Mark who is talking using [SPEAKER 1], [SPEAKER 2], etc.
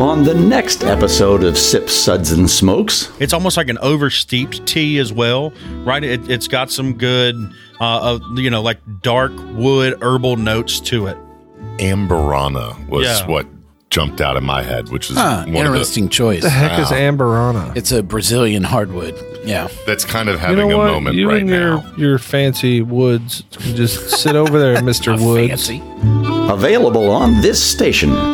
[SPEAKER 1] on the next episode of Sip Suds and Smokes.
[SPEAKER 2] It's almost like an oversteeped tea as well, right? It, it's got some good, uh, uh, you know, like dark wood herbal notes to it.
[SPEAKER 3] Amberana was
[SPEAKER 2] Yeah.
[SPEAKER 3] what jumped out in my head, which is
[SPEAKER 4] Huh,
[SPEAKER 3] one of the,
[SPEAKER 4] interesting choice.
[SPEAKER 5] The heck is Amberana?
[SPEAKER 4] It's a Brazilian hardwood. Yeah.
[SPEAKER 3] that's kind of having a moment
[SPEAKER 5] you
[SPEAKER 3] right
[SPEAKER 5] and
[SPEAKER 3] now.
[SPEAKER 5] your your fancy woods can just sit over there, Mister
[SPEAKER 4] Not
[SPEAKER 5] Woods.
[SPEAKER 4] Fancy.
[SPEAKER 1] Available on this station.